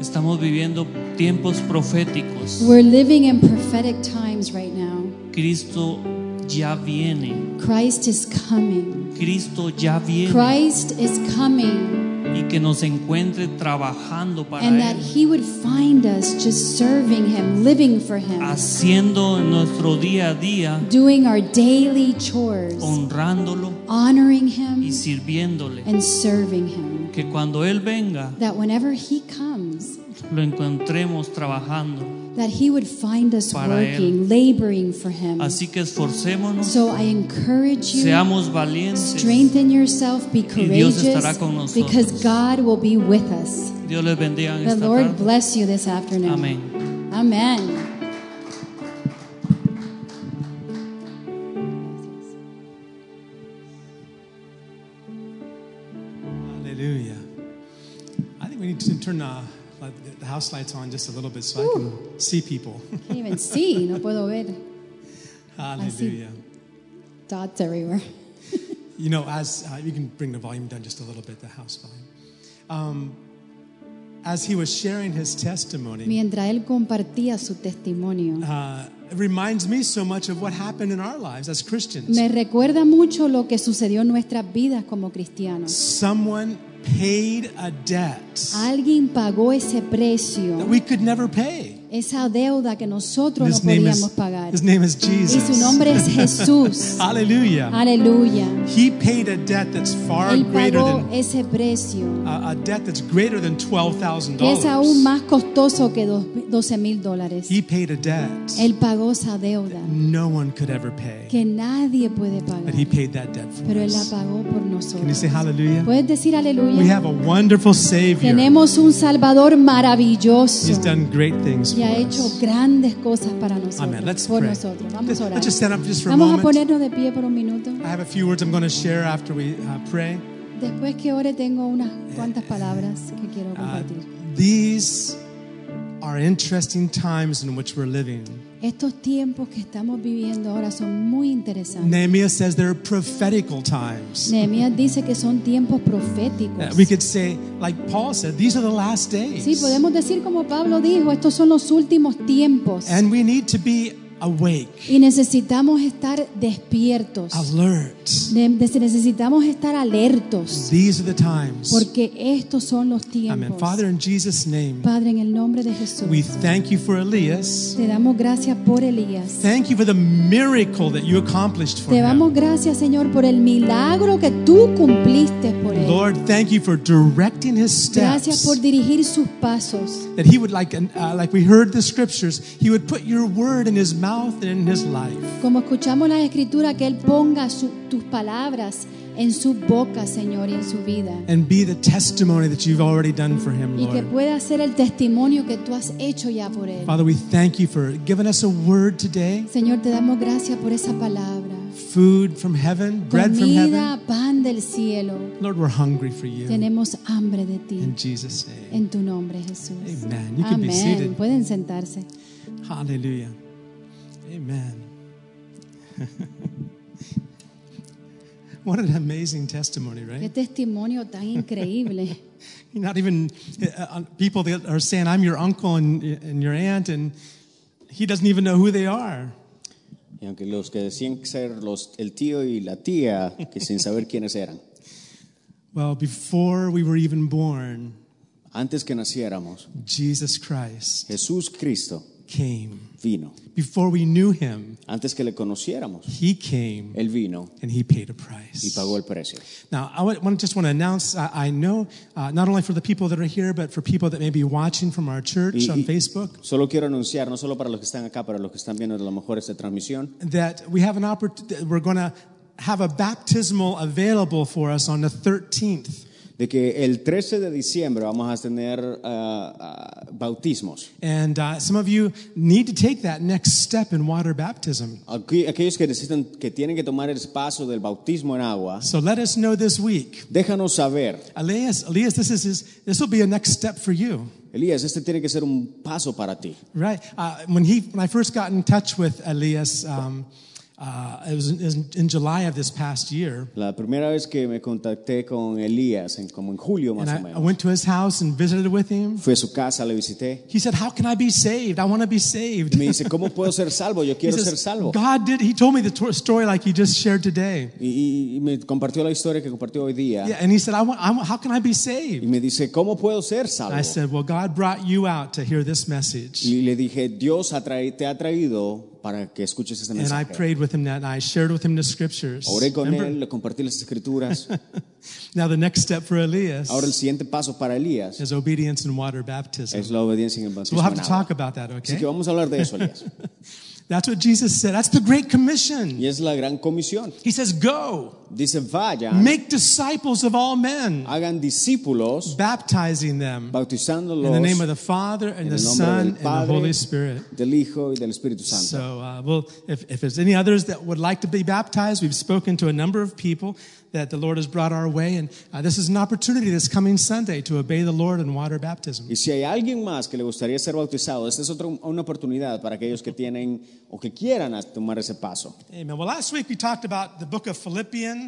Estamos viviendo tiempos proféticos. We're living in prophetic times right now. Cristo ya viene. Christ is coming. Cristo ya viene. Christ is coming. Y que nos encuentre trabajando para And that Él. He would find us just serving Him, living for Him, Haciendo en nuestro día a día, doing our daily chores, honrándolo honoring y Him, sirviéndole. and serving Him. Que cuando Él venga, That whenever He comes, lo encontremos trabajando. that He would find us Para working, laboring for Him. Así que esforcémonos, So I encourage you. seamos valientes. Strengthen yourself, be Y Dios courageous, estará con nosotros. because God will be with us. Dios les bendiga en The esta Lord tarde. bless you this afternoon. Amén. Amen. Hallelujah. I think we need to turn uh, like, the- the house lights on just a little bit so I can see people. Can't even see. No puedo ver. see. Hallelujah. Dots everywhere. You know, as uh, you can bring the volume down just a little bit, the house volume. Um, as he was sharing his testimony, Mientras él compartía su testimonio, uh, it reminds me so much of what happened in our lives as Christians. me recuerda mucho lo que sucedió en nuestras vidas como cristianos. Someone paid a debt Alguien pagó ese that precio, we could never pay. esa deuda que nosotros no His name podíamos is, pagar. his name is Y Jesus. su nombre es Jesús. Hallelujah. Aleluya. He paid a debt that's far Él greater pagó than ese precio, a, a debt that's greater than twelve thousand que es aún dollars. más costoso que dos- 12 mil dólares. He paid a debt Él pagó esa deuda no one could ever pay, que nadie puede but pagar, He paid that debt for pero Él la us. pagó por Can you nosotros. say Hallelujah? Puedes decir aleluya. We have a wonderful Savior. Tenemos un Salvador maravilloso He's done great things for y ha hecho us. grandes cosas para nosotros. Amen. Let's por pray. nosotros. Vamos Let's a orar. let's just stand up just for a Vamos a moment. ponernos de pie por un minuto. I have a few words I'm going to share after we uh, pray. Después que ore tengo unas cuantas palabras que quiero Uh, compartir. these are interesting times in which we're living. Estos tiempos que estamos viviendo ahora son muy interesantes. Nehemiah says they're prophetical times. Nehemías dice que son tiempos Uh, proféticos. we could say, like Paul said, these are the last days. Sí, podemos decir como Pablo dijo, estos son los últimos tiempos And we need to be awake, y necesitamos estar despiertos. alert. Ne- necesitamos estar alertos. These are the times. Porque estos son los Amen. tiempos. Father, in Jesus' name, Padre, en el nombre de Jesús, we thank you for Elias. te damos gracias por Elías. Thank you for the miracle that you accomplished for Te damos him. gracias, Señor, por el milagro que tú cumpliste por él. Lord, thank you for directing his Gracias steps. por dirigir sus pasos. That he would, like, uh, like we heard the scriptures, he would put your word in his mouth and in his life. Como escuchamos la escritura, que él ponga su- tus palabras en su boca, Señor, y en su vida. And be the testimony that you've already done for him, Y que Lord. pueda ser el testimonio que tú has hecho ya por él. Father, we thank you for giving us a word today Señor, te damos gracias por esa palabra. food from heaven, bread from heaven. Comida, pan del cielo. Lord, we're hungry for you. Tenemos hambre de ti. In Jesus' name. En tu nombre, Jesús. Amen. You can be Amén. seated. Pueden sentarse. Hallelujah. Amen. what an amazing testimony, Qué right? testimonio tan increíble. You're not even uh, uh, people that are saying, I'm your uncle and, and your aunt, and he doesn't even know who they are. Y aunque los que decían ser los, el tío y la tía, que sin saber quiénes eran, Well, before we were even born, antes que naciéramos, Jesus Christ Jesús Cristo came. vino. Before we knew him, Antes que le conociéramos, he came Él vino and he paid a y price. pagó el precio. Now, I want- want- just want to announce I, I know, uh, not only for the people that are here, but for people that may be watching from our church Y- on y- Facebook, Solo quiero anunciar, no solo para los que están acá, para los que están viendo a lo mejor esta transmisión, that we have an opportunity, we're going to have a baptismal available for us on the 13th. de que el 13 de diciembre vamos a tener ah, ah, bautismos. And uh, some of you need to take that next step in water baptism. Aquí- aquellos que necesitan, que tienen que tomar el paso del bautismo en agua, So let us know this week. déjanos saber. Elias, Elias, this is his, this will be a next step for you, Elías, este tiene que ser un paso para ti. right? Uh, when he, when I first got in touch with Elias, um, uh, it was in, it was in July of this past year. La primera vez que me contacté con Elías, en, como en julio And más o I, I menos, went to his house and visited with him. fui a su casa, le visité. He said, How can I be saved? I want to be saved. Me dice, ¿cómo puedo ser salvo? Yo He quiero ser says, salvo. God did. He told me the to- story like he just shared today. Y, y- y me compartió la historia que compartió hoy día. Yeah, and he said, I want, I want, How can I be Y saved? me dice, ¿cómo puedo ser And I salvo? said, Well, God brought you out to hear this message. Y le dije, Dios ha traí- te ha traído para que escuches este And I mensaje. prayed with him that night. I shared with him the scriptures. Oré con Remember? él, le compartí las escrituras. Now, the next step for Elias Ahora el siguiente paso para Elías is obedience and water baptism. es la obediencia en el So bautismo we'll have en to agua. talk about that, Así okay? que vamos a hablar de eso, Elías. That's what Jesus said. That's the Great Commission. Y es la gran comisión. He says, Go, Dice, vayan, make disciples of all men, hagan discípulos, baptizing them in bautizándolos the name of the Father and en the el nombre Son del and the Padre, Holy Spirit. del Hijo y del Espíritu Santo. So, uh, well, if, if there's any others that would like to be baptized, we've spoken to a number of people that the Lord has brought our way, and uh, this is an opportunity this coming Sunday to obey the Lord in water baptism. Y si hay alguien más que le gustaría ser bautizado, esta es otra una oportunidad para aquellos que tienen o que quieran a- tomar ese paso. Amen. Well, last week we talked about the book of Philippians,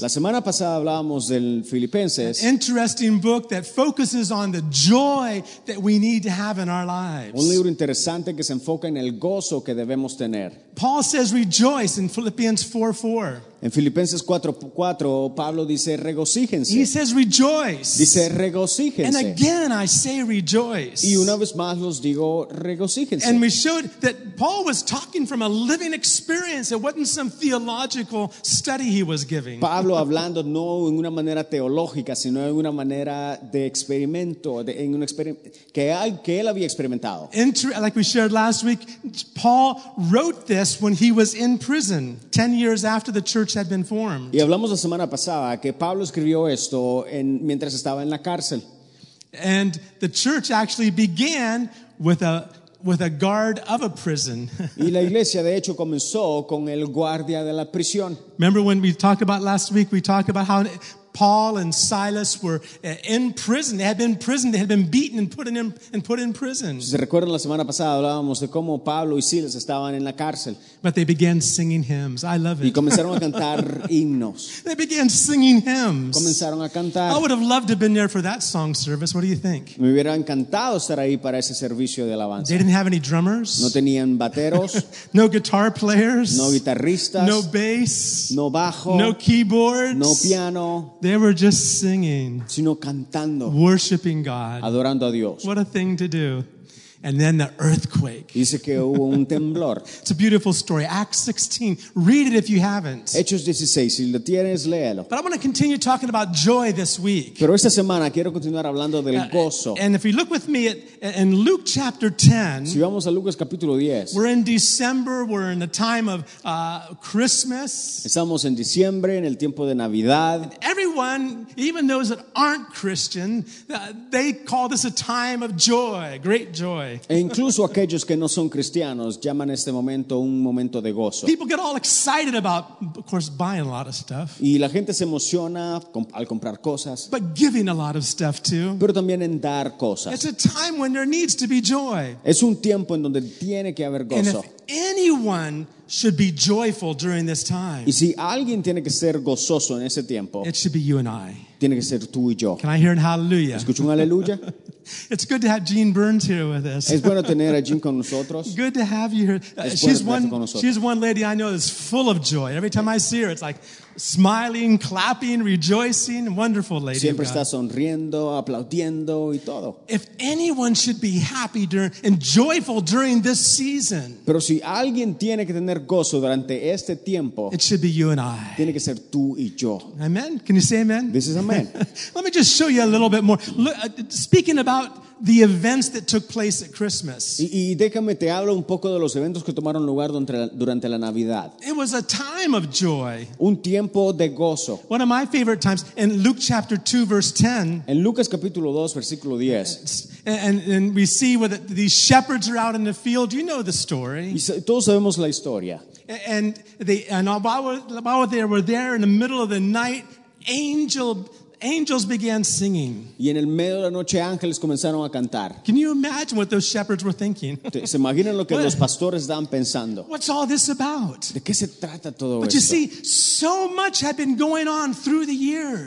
La semana pasada hablábamos del Filipenses, interesting book that focuses on the joy that we need to have in our un lives. libro interesante que se enfoca en el gozo que debemos tener. Paul says, "Rejoice" in Philippians 4:4. 4. En Filipenses 4:4 Pablo dice He regocíjense. says, "Rejoice." Dice and regocíjense. again, I say, "Rejoice." Y una vez más los digo regocíjense. And we showed that Paul was talking from a living experience. It wasn't some theological study he was giving. Pablo hablando no en una manera teológica, sino en una manera de experimento, de- en un experim- que, hay- que él había experimentado. Inter- like we shared last week, Paul wrote this when he was in prison, 10 years after the church had been formed. Y hablamos la semana pasada que Pablo escribió esto en- mientras estaba en la cárcel. And the church actually began with a, with a guard of a prison. Y la iglesia, de hecho, comenzó con el guardia de la prisión. Remember when we talked about last week, we talked about how Paul and Silas were uh, in prison. They had been in prison. They had been beaten and put in, and put in prison. Si se recuerdan, la semana pasada hablábamos de cómo Pablo y Silas estaban en la cárcel But they began singing hymns. I love y it. comenzaron a cantar himnos. They began singing hymns. Comenzaron a I cantar. would have loved to have been there for that song service. What do you think? Me hubiera encantado estar ahí para ese servicio de alabanza. They didn't have any No drummers, tenían bateros, no guitar players, no guitarristas, no bass, no bajo, no no keyboards. piano, They were just singing, sino cantando, worshiping God. adorando a Dios. What a thing to do. And then the earthquake. Dice que hubo un temblor. It's a beautiful story. Acts 16. Read it if you haven't. Hechos 16, si lo tienes, léalo. But I want to continue talking about joy this week. Pero esta semana quiero continuar hablando del gozo. And if you look with me at, in Luke chapter 10, Si vamos a Lucas capítulo 10, we're in December, we're in a time of uh, Christmas. estamos en diciembre, en el tiempo de Navidad. Everyone, even those that aren't Christian, uh, they call this a time of joy, great joy. E incluso aquellos que no son cristianos llaman este momento un momento de gozo. People get all excited about, of course, buying a lot of stuff, Y la gente se emociona com- al comprar cosas, but giving a lot of stuff too. pero también en dar It's cosas. a time when there needs to be joy. Es un tiempo en donde tiene que haber And gozo. if anyone should be joyful during this time, Y si alguien tiene que ser gozoso en ese tiempo, it should be you and I. tiene que ser tú y yo. Can I hear an hallelujah? ¿Escuchó un aleluya? It's good to have Gene Burns here with us. Es bueno tener a Jim con nosotros. Good to have you here. Uh, she's Es bueno tenerte con one. nosotros. She's one lady I know that's full of joy. Every time I see her, it's like smiling, clapping, rejoicing. Wonderful lady. of Siempre God. está sonriendo, aplaudiendo y todo. If anyone should be happy during and joyful during this season, Pero si alguien tiene que tener gozo durante este tiempo, it should be you and I. tiene que ser tú y yo. Amen. Can you say amen? This is amen. Let me just show you a little bit more. Look, uh, speaking about the events that took place at Christmas, Y, y déjame te hablo un poco de los eventos que tomaron lugar durante la, durante la Navidad. it was a time of joy. Un tiempo de gozo. One of my favorite times in Luke chapter 2, verse 10. En Lucas capítulo 2, versículo 10. And, and we see where the, these shepherds are out in the field. You know the story. Y sa- todos sabemos la historia. And they and while, while they were there in the middle of the night, angel angels began singing. Y en el medio de la noche ángeles comenzaron a cantar. Can you imagine what those shepherds were thinking? Te- ¿Se imaginan lo que los pastores estaban pensando? What's all this about? ¿De qué se trata todo But you esto? see, so much had been going on through the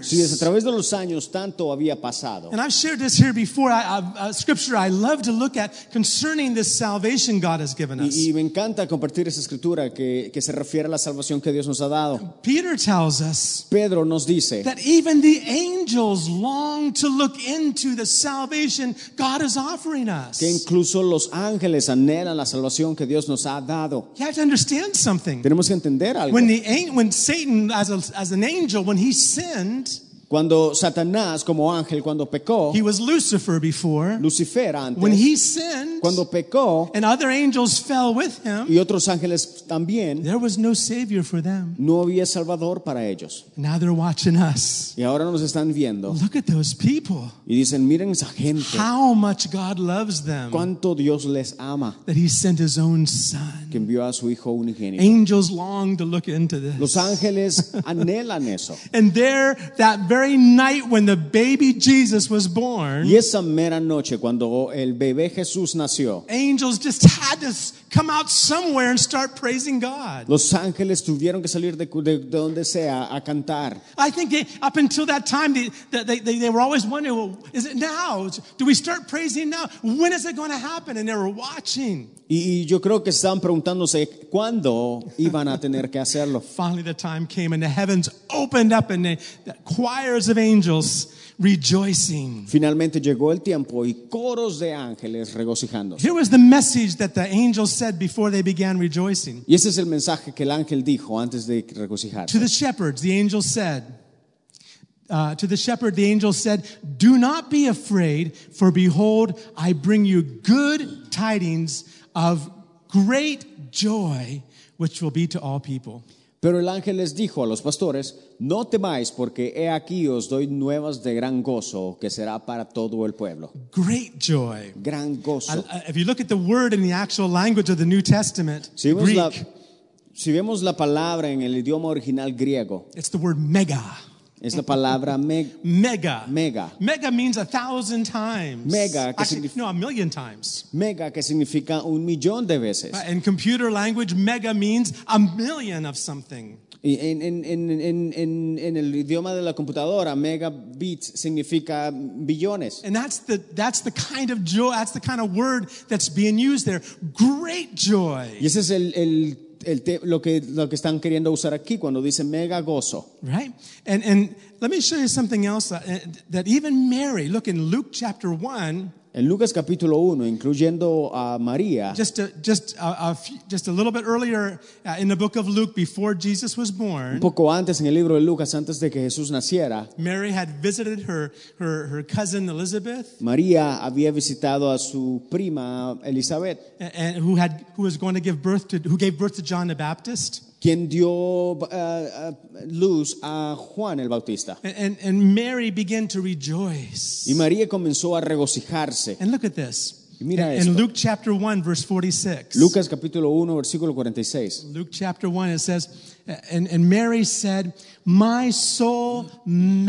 Si a years. través de los años tanto había pasado. And I've shared this here before. I, I, a scripture I love to look at concerning this salvation God has given us. Y, y me encanta compartir esa escritura que, que se refiere a la salvación que Dios nos ha dado. Peter tells us Pedro nos dice that even the angels long to look into the salvation God is offering que us. incluso los ángeles anhelan la salvación que Dios nos ha dado. You have to understand something. Tenemos que entender algo. When, the, an- when Satan, as, a, as an angel, when he sinned, Cuando Satanás, como ángel, cuando pecó, he was Lucifer before. Lucifer When antes, he sinned, cuando pecó and other angels fell with him, y otros ángeles también, there was no savior for them. no había salvador para ellos. Now they're watching us. Y ahora nos están viendo Look at those people. y dicen, miren esa gente, How much God loves them cuánto Dios les ama, that he sent his own son. que envió a su Hijo unigénito. Angels long to look into Los this. ángeles anhelan eso. And there, that very night when the baby Jesus was born, Y esa mera noche, cuando el bebé Jesús nació, angels just had to s- come out somewhere and start praising God. los ángeles tuvieron que salir de, de- de donde sea a cantar. I think they, up until that time, they, they, they, they were always wondering, well, is it now? Do we start praising now? When is it going to happen? And they were watching. Y, y yo creo que estaban preguntándose cuándo iban a tener que hacerlo. Finally, the time came and the heavens opened up and the, the choirs of angels rejoicing. Finalmente llegó el tiempo y coros de ángeles regocijándose. Here was the message that the angels said before they began rejoicing. Y ese es el mensaje que el ángel dijo antes de To regocijarse. the shepherds, the angel said, uh, to the shepherd, the angel said, Do not be afraid, for behold, I bring you good tidings of great joy, which will be to all people. Pero el ángel les dijo a los pastores, no temáis porque he aquí os doy nuevas de gran gozo que será para todo el pueblo. Great joy. Gran I- gozo. I- if you look at the word in the actual language of the New Testament, Si vemos, Greek, la, si vemos la palabra en el idioma original griego, it's the word mega. es la palabra me- Mega. Mega. Mega means a thousand times. Mega, que Actually, signif- no, a million times. Uh, mega, que significa un millón de veces. In computer language, mega means a million of something. Y en, en- en- en- en- en el idioma de la computadora, megabits significa billones. And that's the, that's the kind of joy, that's the kind of word that's being used there. Great joy. Y ese es el, el- el te- lo, que, lo que están queriendo usar aquí cuando dicen mega gozo. Right? And, and let me show you something else that, that even Mary, look in Luke chapter 1, En Lucas capítulo 1, incluyendo a María, just a, just a, a few- just a little bit earlier uh, in the book of Luke, before Jesus was un born, poco antes en el libro de Lucas, antes de que Jesús naciera, Mary had visited her, her, her cousin Elizabeth, María había visitado a su prima Elizabeth, a- and who, had, who was going to give birth to, who gave birth to John the Baptist. quien dio eh, eh, luz a Juan el Bautista. And, and, and Mary began to rejoice. Y María comenzó a regocijarse. And look at this. Y mira in, in esto. Luke chapter 1, verse 46. Lucas capítulo 1, versículo 46. Luke chapter 1, it says, and, and Mary said, My soul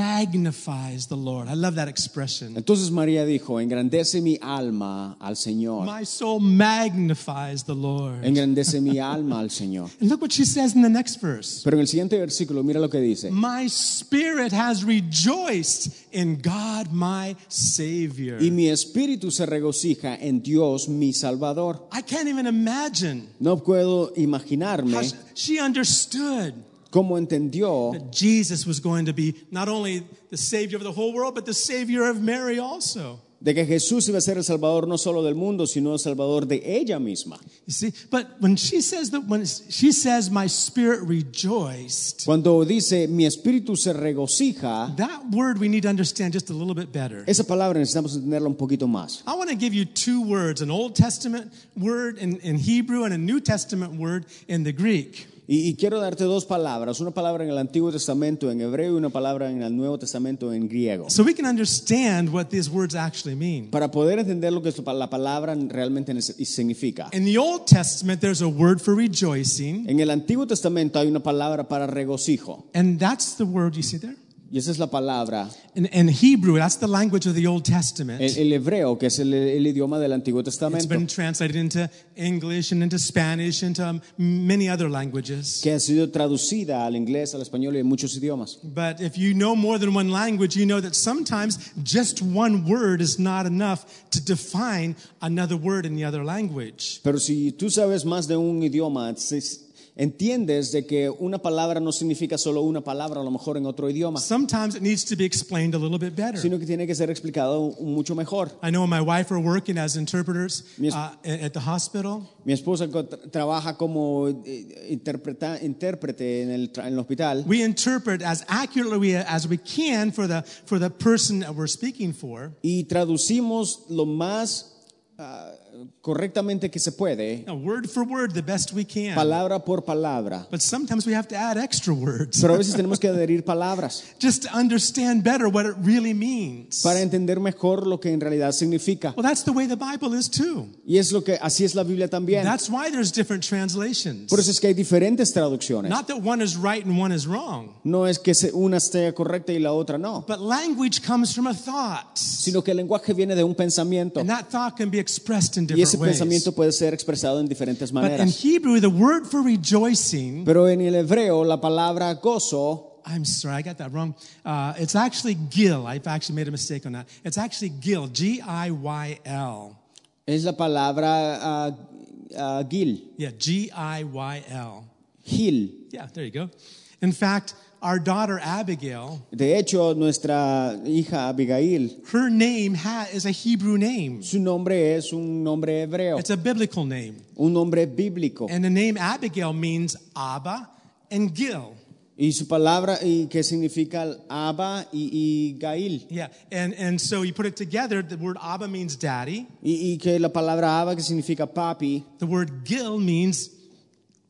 magnifies the Lord. I love that expression. Entonces María dijo, engrandece mi alma al Señor. My soul magnifies the Lord. And Engrandece mi alma al Señor. look what she says in the next verse. Pero en el siguiente versículo, mira lo que dice. My spirit has rejoiced in God my Savior. Y mi espíritu se regocija en Dios mi Salvador. I can't even imagine No puedo how imaginarme she, she understood cómo entendió that Jesus was going to be not only the Savior of the whole world, but the Savior of Mary also. de que Jesús iba a ser el Salvador no solo del mundo, sino el Salvador de ella misma. You see, but when she says that, when she says, "My spirit rejoiced," Cuando dice, mi espíritu se regocija, that word we need to understand just a little bit better. esa palabra necesitamos entenderla un poquito más. I want to give you two words: an Old Testament word in, in Hebrew and a New Testament word in the Greek. Y, y quiero darte dos palabras, una palabra en el Antiguo Testamento en hebreo y una palabra en el Nuevo Testamento en griego. So we can understand what these words actually mean. Para poder entender lo que es la palabra realmente nece- significa. In the Old Testament, there's a word for rejoicing, En el Antiguo Testamento hay una palabra para regocijo and that's the word you see there. Y esa es la palabra. In, in Hebrew, that's the language of the Old Testament. El, el hebreo, que es el, el idioma del Antiguo It's Testamento, been translated into English and into Spanish, into um, many other languages. que ha sido traducida al inglés, al español y en muchos idiomas. But if you know more than one language, you know that sometimes just one word is not enough to define another word in the other language. Pero si tú sabes más de un idioma, si- entiendes de que una palabra no significa solo una palabra, a lo mejor en otro idioma, Sometimes it needs to be explained a little bit better. sino que tiene que ser explicado mucho mejor. I know when my wife are working as interpreters Yes. uh, at at the hospital. Mi esposa co- tra- trabaja como eh, interpreta- intérprete en el, tra- en el hospital. We interpret as accurately as we can for the, for the person that we're speaking for. y traducimos lo más ah, correctamente que se puede, Now, word for word, the best we can. palabra por palabra. But sometimes we have to add extra words Pero a veces tenemos que adherir palabras just to understand better what it really means. para entender mejor lo que en realidad significa. Well, that's the way the Bible is too. Y es lo que así es la Biblia también. That's why there's different translations. Por eso es que hay diferentes traducciones. Not that one is right and one is wrong, No es que se- una esté correcta y la otra no, but language comes from a thought. sino que el lenguaje viene de un pensamiento And that thought can be expressed in y ese different ways. pensamiento puede ser expresado en diferentes But in maneras. Hebrew, the word for rejoicing, Pero en el hebreo la palabra gozo I'm sorry, I got that wrong. Uh, it's actually gil. I've actually made a mistake on that. It's actually gil, G I Y L. es la palabra ah, ah, gil, Yeah, G I Y L. gil. Yeah, there you go. In fact, our daughter Abigail, De hecho, nuestra hija Abigail, her name ha- is a Hebrew name. su nombre es un nombre hebreo, It's a biblical name. un nombre bíblico. And the name Abigail means Abba and Gil. Y su palabra, y que significa Abba y, y Gail. Yeah, and, and so you put it together, the word Abba means daddy, Y, y que la palabra Abba, que significa papi, the word Gil means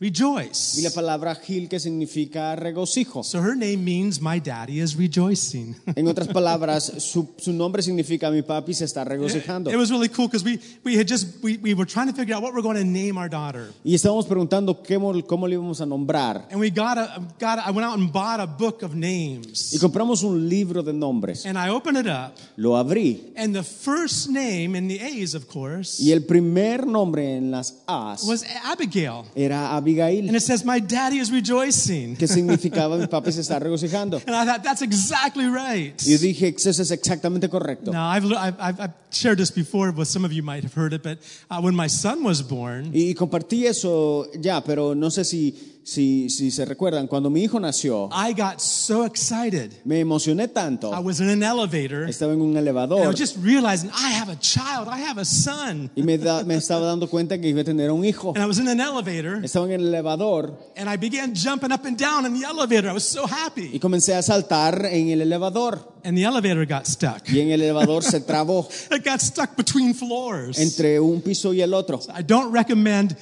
y la rejoice. palabra Gil, que significa regocijo. So her name means my daddy is rejoicing. En otras palabras, su, su nombre significa mi papi se está regocijando. it was really cool because we, we had just, we, we were trying to figure out what we're going to name our daughter. Y estábamos preguntando qué mo- cómo le íbamos a nombrar. And we got a, got a, I went out and bought a book of Y names. compramos un libro de nombres. And I opened it up. Lo abrí. And the first name in the A's, of course, Y el primer nombre en las A's was Abigail. era Abigail. And it says, My daddy is rejoicing. que significaba mi papi se está regocijando. And I thought, That's exactly right. Y yo dije, eso es exactamente correcto. Now, I've, le- I've, I've I've shared this before, but some of you might have heard it, but uh, when my son was born, Y, y compartí eso ya, pero no sé si, si, si se recuerdan, cuando mi hijo nació, I got so excited. me emocioné I tanto, was in an elevator, and estaba en un I elevador was just realizing, I have a child, I have a son. y me, da- me estaba dando cuenta que iba a tener un hijo. And I was in an elevator, Estaba en el elevador and I began jumping up and down in the elevator. I was so y happy. comencé a saltar en el elevador And the elevator got stuck. y en el elevador se trabó It got stuck between floors. entre un piso y el otro. I don't recommend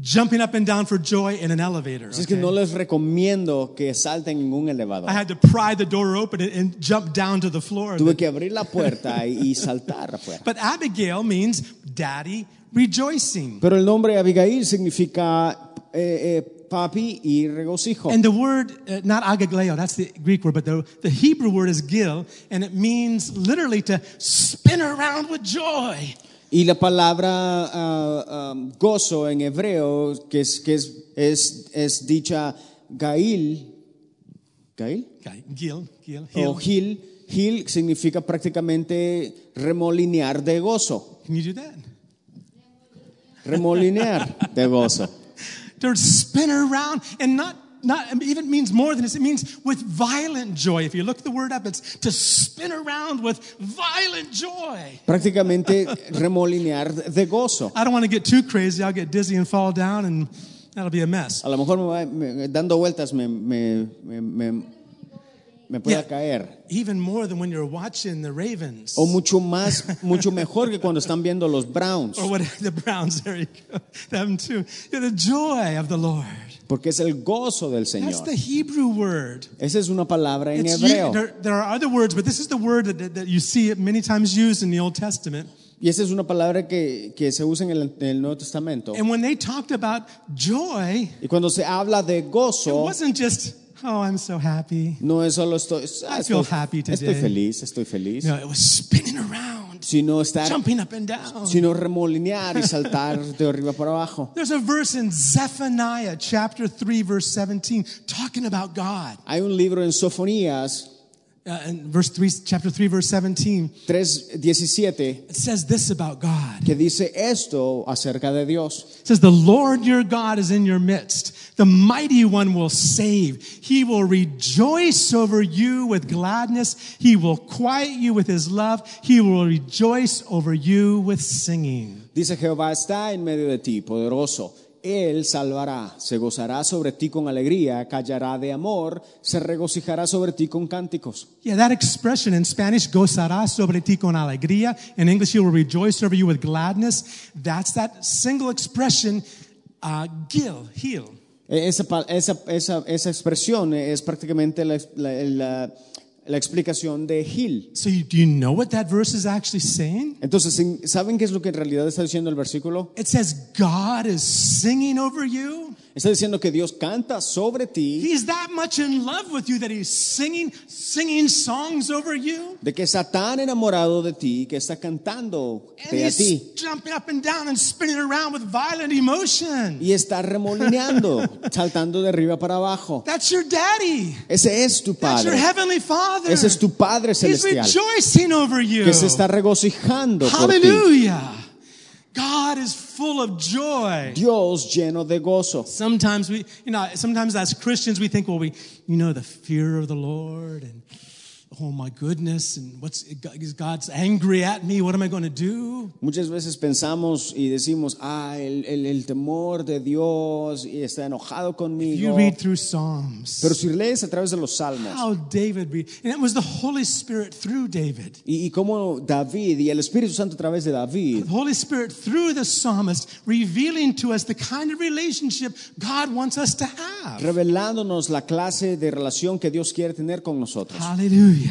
jumping up and down for joy in an elevator. Así es que okay? no les recomiendo que salten en un elevador. I had to pry the door open and, and jump down to the floor. Tuve que abrir la puerta y, y saltar afuera. But Abigail means daddy rejoicing. Pero el nombre Abigail significa eh, eh, papi y regocijo. And the word, uh, not agagleo, that's the Greek word, but the, the Hebrew word is gil, and it means literally to spin around with joy. y la palabra ah, ah, gozo en hebreo, que es, que es, es, es dicha Gail, Gail Okay, Gil, gil, o gil. Gil, Gil significa prácticamente remolinear de gozo, Can you do that? remolinear de gozo. To spin around and not. Not I mean, even means more than this. It means with violent joy. If you look the word up, it's to spin around with violent joy. Prácticamente remolinear de gozo. I don't want to get too crazy. I'll get dizzy and fall down, and that'll be a mess. A lo mejor me va- me- dando vueltas me, me, me, me- me pueda Yeah. caer. even more than when you're watching the Ravens o mucho más, mucho mejor que cuando están viendo los Browns, or what the Browns. There you go, them too. Yeah, the joy of the Lord. porque es el gozo del That's Señor. the Hebrew word. Esa es una palabra en It's u- hebreo there, there are other words, but this is the word that, that, that you see it many times used in the Old Testament. y esa es una palabra que, que se usa en el, en el Nuevo Testamento. And when they talked about joy, Y cuando se habla de it gozo, wasn't just oh, I'm so happy. No es solo estoy, ah, I estoy, feel happy today. estoy feliz, estoy feliz. No, it was spinning around, Sino estar, jumping up and down. sino remolinear y saltar de arriba para abajo. There's a verse in Zephaniah chapter 3 verse 17 talking about God. Hay un libro en Sofonías Uh, in verse 3 chapter 3 verse 17 3:17 it says this about God. que dice esto acerca de Dios. It says the Lord your God is in your midst. The mighty one will save. He will rejoice over you with gladness. He will quiet you with his love. He will rejoice over you with singing. Dice Jehová está en medio de ti, poderoso. Él salvará, se gozará sobre ti con alegría, callará de amor, se regocijará sobre ti con cánticos. Yeah, that expression in Spanish, gozará sobre ti con alegría. In English, he will rejoice over you with gladness. That's that single expression, uh, gil, heal. Eh, Esa, pa- esa, esa, esa expresión es prácticamente la, la- la- la explicación de Gil. So you, do you know what that verse is actually saying? Entonces, ¿sin- ¿saben qué es lo que en realidad está diciendo el versículo? It says God is singing over you. Está diciendo que Dios canta sobre ti, He's that much in love with you that he's singing, singing songs over you. de que está tan enamorado de ti, que está cantando And de a he's ti jumping up and down and spinning around with violent emotion. y está remolineando, saltando de arriba para abajo. That's your daddy. Ese es tu That's your Padre, heavenly father. ese es tu Padre He's celestial, rejoicing over you. que se está regocijando por ti. Hallelujah. God is full of joy. Dios lleno de gozo. Sometimes we, you know, sometimes as Christians we think, well, we, you know, the fear of the Lord and oh my goodness, and what's is God's angry at me? What am I going to do? Muchas veces pensamos y decimos, ah, el, el- el temor de Dios y está enojado If you conmigo. read through Pero Psalms, si lees a través de los salmos how David read, and it was the Holy Spirit through David. y, y cómo David y el Espíritu Santo a través de David The Holy Spirit through the psalmist revealing to us the kind of relationship God wants us to have. revelándonos la clase de relación que Dios quiere tener con nosotros, Hallelujah.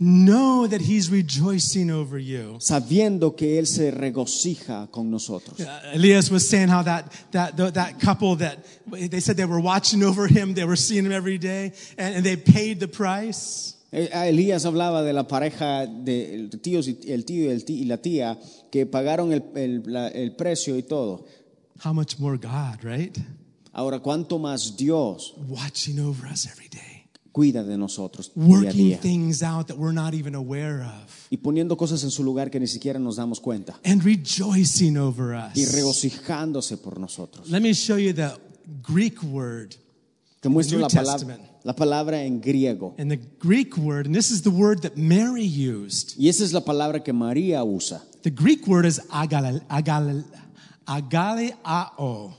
Know that he's rejoicing over you. sabiendo que Él se regocija con nosotros. Uh, Elias was saying how that, that, tho- that couple that they said they were watching over him, they were seeing him every day, and, and they paid the price. Eh, ah, Elías hablaba de la pareja de tíos y el tío y, el ti- y la tía que pagaron el- el- la- el precio y todo. How much more God, right? Ahora, ¿cuánto más Dios Watching over us every day, cuida de nosotros día a working día things out that we're not even aware of, y poniendo cosas en su lugar que ni siquiera nos damos cuenta and rejoicing over y us. regocijándose por nosotros. Let me show you the Greek word. Te muestro New la palabra, Testament. la palabra en griego And the Greek word, and this is the word that Mary used. y esa es la palabra que María usa The Greek word is agale, agale, agaleao.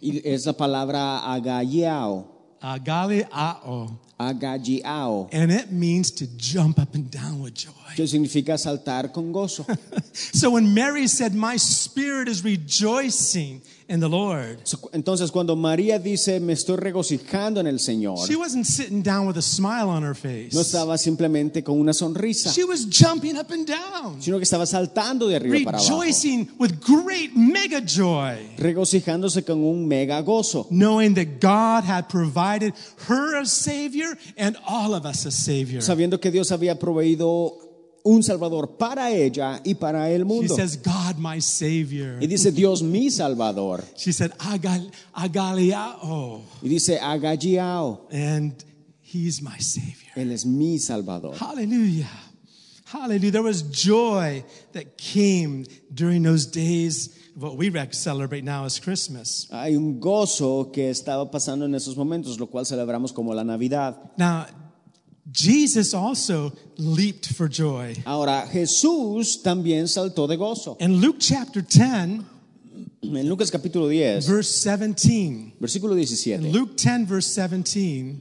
y es la palabra agaiao, Agaleao. agaiao, And it means to jump up and down with joy. que significa saltar con gozo. So when Mary said, My spirit is rejoicing in the Lord, Entonces, cuando María dice, me estoy regocijando en el Señor, she wasn't sitting down with a smile on her face. no estaba simplemente con una sonrisa, She was jumping up and down, sino que estaba saltando de arriba para abajo. rejoicing with great mega joy, regocijándose con un mega gozo, knowing that God had provided her a Savior and all of us a Savior. sabiendo que Dios había proveído un salvador para ella y para el She mundo. says, God, my Savior. Y dice Dios mi salvador. She said, Agal, Agaliao. Y dice Agagiao, And He's my Savior. él es mi salvador. Hallelujah. Hallelujah. There was joy that came during those days of what we rec- celebrate now as Christmas. Hay un gozo que estaba pasando en esos momentos, lo cual celebramos como la Navidad. Now, Jesus also leaped for joy. Ahora, Jesús también saltó de gozo. In Luke chapter 10, En Lucas capítulo 10, verse 17, versículo in 17. Luke 10, verse 17,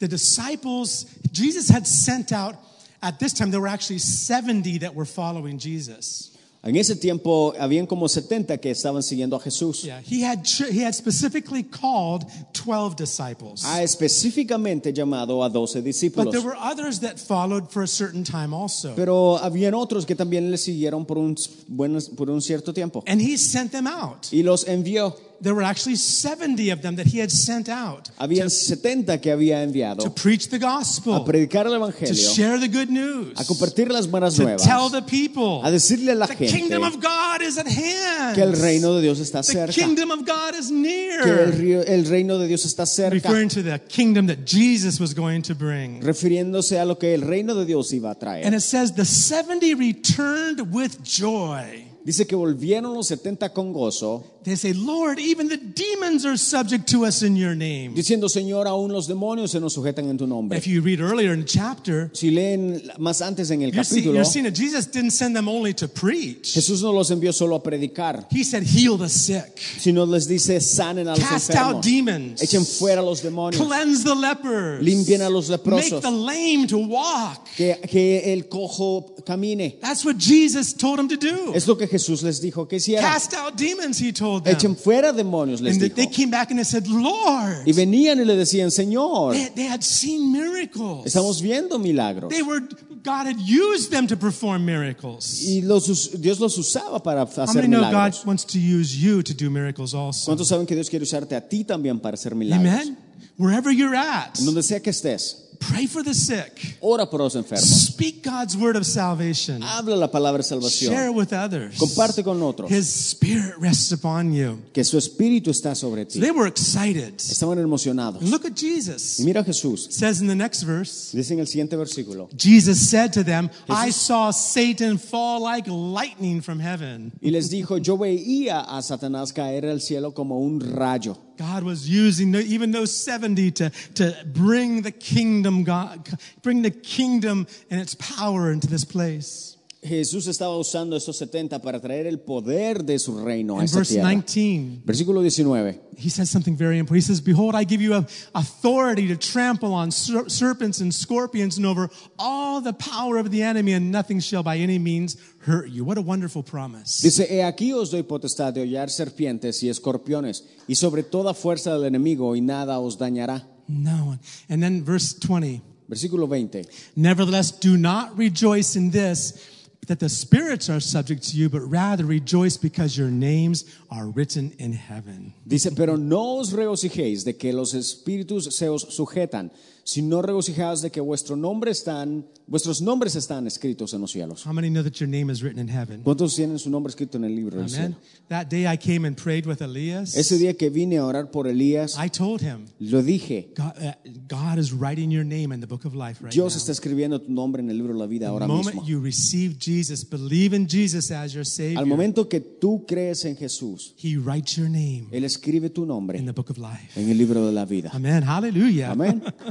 the disciples, Jesus had sent out, at this time, there were actually 70 that were following Jesus. En ese tiempo habían como 70 que estaban siguiendo a Jesús. Yeah, he had, ch- he had specifically called 12 disciples. Ha específicamente llamado a 12 But there discípulos. were others that followed for a certain time also. Pero habían otros que también le siguieron por un, buenos- por un cierto tiempo. And he sent them out. Y los envió. there were actually 70 of them that he had sent out Habían 70 que había to enviado preach the a gospel, predicar el to Evangelio, share the good news, a compartir las buenas to nuevas, tell the people a decirle a la the gente kingdom of God is at hand. que el reino de Dios está the cerca, que kingdom of God is el, near. río- el reino de Dios está cerca, Referring to the kingdom that Jesus was going to bring. refiriéndose a lo que el reino de Dios iba a And traer. it says the 70 returned with joy. Dice que volvieron los 70 con gozo, They say, Lord, even the demons are subject to us in your name. diciendo, Señor, aún los demonios se nos sujetan en tu nombre. If you read earlier in the chapter, Si leen más antes en el you're, see- you're capítulo, seeing that Jesus didn't send them only to preach. Jesús no los envió solo a predicar, He said, heal the sick, sino les dice, sanen a los cast out enfermos, demons, echen fuera a los demonios, cleanse the lepers, limpien a los make leprosos, the lame to walk. que, que el cojo camine. That's what Jesus told them to do. Es lo que Jesús les dijo que hiciera. Cast out demons, he told them. Echen fuera demonios, les And dijo. they came back and they said, Lord, Y venían y le decían, Señor, they, they had seen miracles. estamos viendo milagros. They were, God had used them to perform miracles. Y los us- Dios los usaba para How many hacer know God milagros. wants to use you to do miracles also? ¿Cuántos saben que Dios quiere usarte a ti también para hacer milagros? Amen? Wherever you're at, En donde sea que estés, pray for the sick. ora por los enfermos. Speak God's word of salvation. Habla la palabra de Share salvación. it with others. Comparte con otros. His spirit rests upon you. Que su espíritu está sobre So ti. they were excited. Estaban emocionados. And look at Y Jesus. mira a Jesús. says in the next verse, Dice en el siguiente versículo. Jesus said to them, I saw Satan fall like lightning from heaven. Y les dijo, yo veía a Satanás caer al cielo como un rayo. God was using the- even those 70 to, to bring the kingdom, God, bring the kingdom and its power into this place. Jesús estaba usando estos 70 para traer el poder de su reino a In esta verse tierra. 19, Versículo 19. he says something very important. He says, Behold, I give you a- authority to trample on ser- serpents and scorpions and over all the power of the enemy, and nothing shall by any means hurt you. What a wonderful promise. Dice, he aquí os doy potestad de hollar serpientes y escorpiones y sobre toda fuerza del enemigo y nada os dañará. No one. And then verse 20. Versículo 20. Nevertheless, do not rejoice in this that the spirits are subject to you, but rather rejoice because your names are written in heaven. Dice, pero no os regocijéis de que los espíritus se os sujetan, sino regocijaos de que vuestro nombre están, vuestros nombres están escritos en los cielos. How many know that your name is written in heaven? ¿Cuántos tienen su nombre escrito en el libro del Amen. cielo? That day I came and prayed with Ese Elias. día que vine a orar por Elías, I told him, lo dije, God, uh, God is writing your name in the book of life right Dios now. está escribiendo tu nombre en el libro de la vida The ahora mismo. moment you receive Jesus, believe in Jesus as your Al Savior, momento que tú crees en Jesús, He writes your name Él escribe tu in nombre the book of life. en el libro de la vida. Amen. Hallelujah. Amén.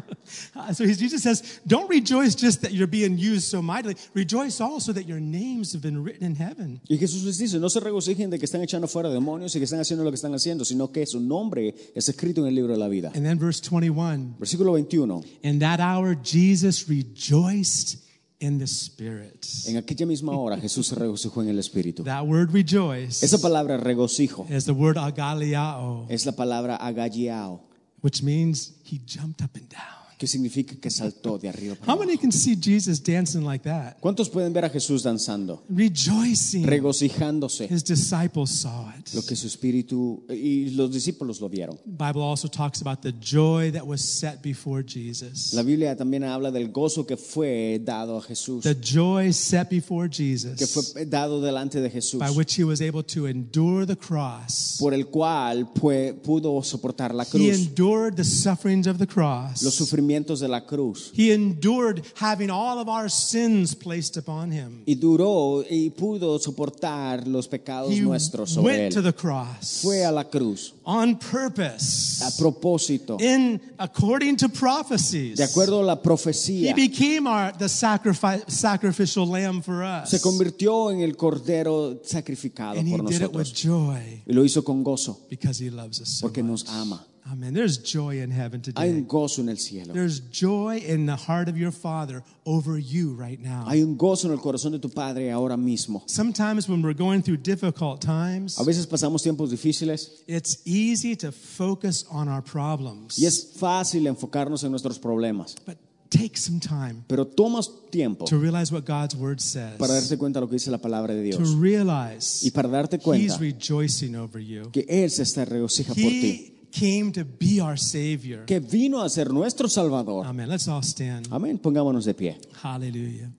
Uh, so he- Jesus says, don't rejoice just that you're being used so mightily. Rejoice also that your names have been written in heaven. Y Jesús les dice, no se regocijen de que están echando fuera demonios y que están haciendo lo que están haciendo, sino que su nombre es escrito en el libro de la vida. And then verse 21 Versículo 21. In that hour, Jesus rejoiced in the Spirit. En aquella misma hora Jesús se regocijó en el Espíritu. That word rejoice Esa palabra regocijo is the word agaliao, es la palabra agalliao, which means he jumped up and down. que significa que saltó de arriba. para How abajo. many can see Jesus dancing like that? ¿Cuántos pueden ver a Jesús danzando? Rejoicing. Regocijándose. His disciples saw it. Lo que su espíritu y los discípulos lo vieron. The Bible also talks about the joy that was set before Jesus. La Biblia también habla del gozo que fue dado a Jesús, the joy set before que Jesus, fue dado delante de Jesús, by which he was able to endure the cross. por el cual fue- pudo soportar la He cruz, endured the sufferings of the los cross. sufrimientos de la cruz. He endured having all of our sins placed upon him. Y duró y pudo soportar los pecados He nuestros sobre went to él. the cross Fue a la cruz on a purpose, propósito, in according to prophecies. de acuerdo a la He profecía. became our the sacrifice, sacrificial lamb for us, Se convirtió en el cordero sacrificado and he por did it with nosotros. joy Y lo hizo con gozo, because he loves us so porque much. nos ama. Amen. There's joy in heaven today. Hay un gozo en el cielo. There's joy in the heart of your Father over you right now. Hay un gozo en el corazón de tu Padre ahora mismo. Sometimes when we're going through difficult times, A veces pasamos tiempos difíciles it's easy to focus on our y problems. es fácil enfocarnos en nuestros problemas. But take some time Pero tomas tiempo to realize what God's word says. para darse cuenta de lo que dice la palabra de to Dios y realize para darte cuenta He's rejoicing over you. que Él se está regocija por ti, He came to be our Savior. que vino a ser nuestro Salvador. Amen. Let's all stand. Amén, pongámonos de pie. Hallelujah.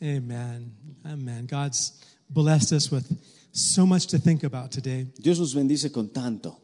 Amen. Amen. God's blessed us with so much to think about today. Dios nos bendice con tanto.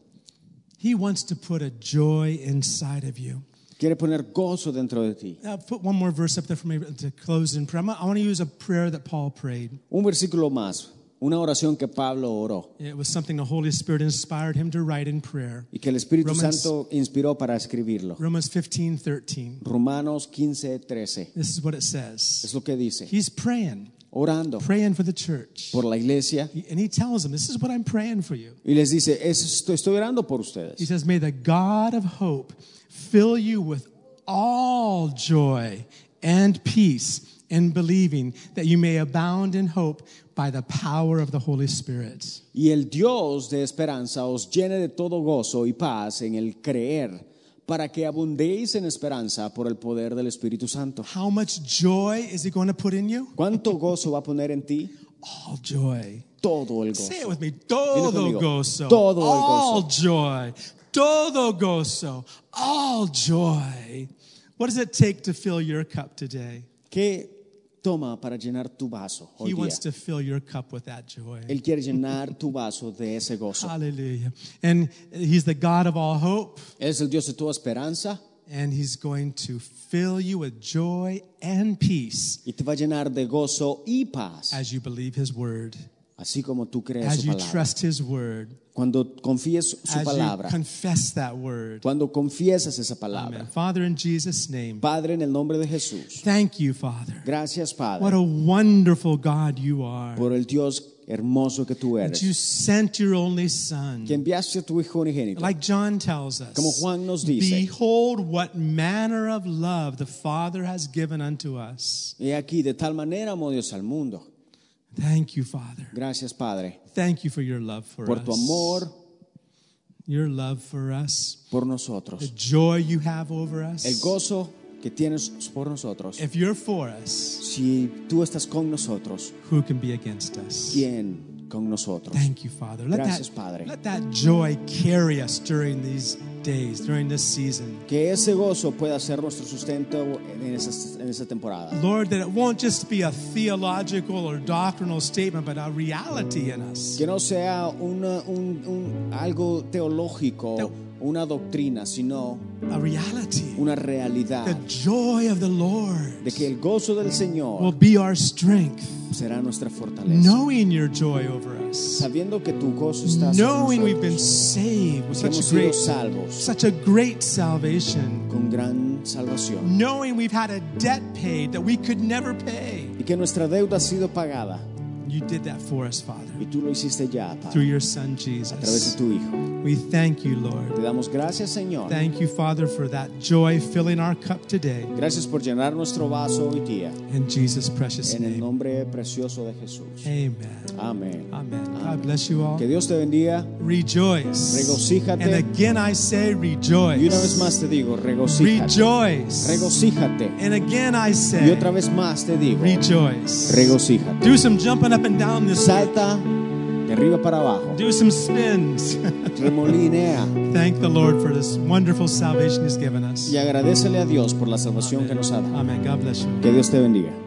He wants to put a joy inside of you. Quiere poner gozo dentro de ti. Uh, put one more verse up there for me to close in prayer. I'm- I want to use a prayer that Paul prayed. Un versículo más, una oración que Pablo oró It was something the Holy Spirit inspired him to write in prayer. y que el Espíritu Romans- Santo inspiró para escribirlo. Romans 15, 13. Romanos 15, 13. This is what it says. Es lo que dice. He's praying, Orando praying for the church. por la iglesia And he tells them, This is what I'm praying for you. y les dice, "Es- estoy, estoy orando por He ustedes. says, May the God of hope fill you with all joy and peace in believing that you may abound in hope by the power of the Holy Spirit. Y el Dios de esperanza os llene de todo gozo y paz en el creer para que abundéis en esperanza por el poder del Espíritu Santo. How much joy is he going to put in you? ¿Cuánto gozo va a poner en ti? All joy. Todo el Say it gozo. with me. Todo conmigo. gozo. Todo el gozo. all joy. Todo gozo. All joy. What does it take to fill your cup today? ¿Qué toma para llenar tu vaso hoy He día? wants to fill your cup with that joy. Él quiere llenar tu vaso de ese Ah. gozo. Hallelujah. And he's the God of all hope, Él es el Dios de toda esperanza and he's going to fill you with joy and peace y te va a llenar de gozo y paz, as you believe his word, así como tú crees as su you palabra. trust his word, Cuando confíes su as you palabra, confess that word. cuando confiesas esa Amen. palabra. Father, in Jesus' name, Padre, en el nombre de Jesús, thank you, Father. gracias What Padre a wonderful God you are. por el Dios hermoso que tú That you eres, sent your only son. que enviaste a tu Hijo unigénito. Like John tells us, Como Juan nos dice. behold what manner of love the Father has given unto us. Y aquí, de tal manera amó Dios al mundo. Thank you, Father. Gracias Padre Thank you for your love for por us. tu amor, Your love for us. por The nosotros, joy you have over us. el gozo que tienes por nosotros. If you're for us, Si tú estás con nosotros, who can be against us? ¿quién con nosotros? Thank you, Father. Let Gracias, that, Padre. Let that joy carry us during these days, during this season. Que ese gozo pueda ser nuestro sustento en esa, en esa temporada. Lord, that it won't just be a theological or doctrinal statement, but a reality in us. Que no sea una- un, un- algo teológico, una doctrina, sino A reality. una The realidad joy of the Lord de que el gozo del will Señor be our strength, será nuestra fortaleza. knowing your joy over us, Sabiendo que tu gozo está sobre knowing we've been nosotros, saved with que such hemos a sido great, salvos such a great salvation, con gran salvación knowing we've had a debt paid that we could never pay. y que nuestra deuda ha sido pagada You did that for us, Father, y tú lo hiciste ya, through Padre, your Son a través Jesus. de tu Hijo. We thank you, Te Lord. damos gracias, Señor. Thank you, Father, for that joy filling our cup today. Gracias por llenar nuestro vaso hoy día. In Jesus' precious En el name. nombre precioso de Jesús. Amen. Amén. Amen. God bless you all. Que Dios te bendiga. Rejoice. Regocíjate. And again I say rejoice. Y una vez más te digo, regocíjate. Rejoice. Regocíjate. And again I say Y otra vez más te digo, rejoice. regocíjate. Do some jumping up and down this week. Salta de arriba para abajo. Do some spins. Remolinea Thank the Lord for this wonderful salvation He's given us. y agradecele a Dios por la salvación que nos ha dado. Amen. God bless you. Que Dios te bendiga.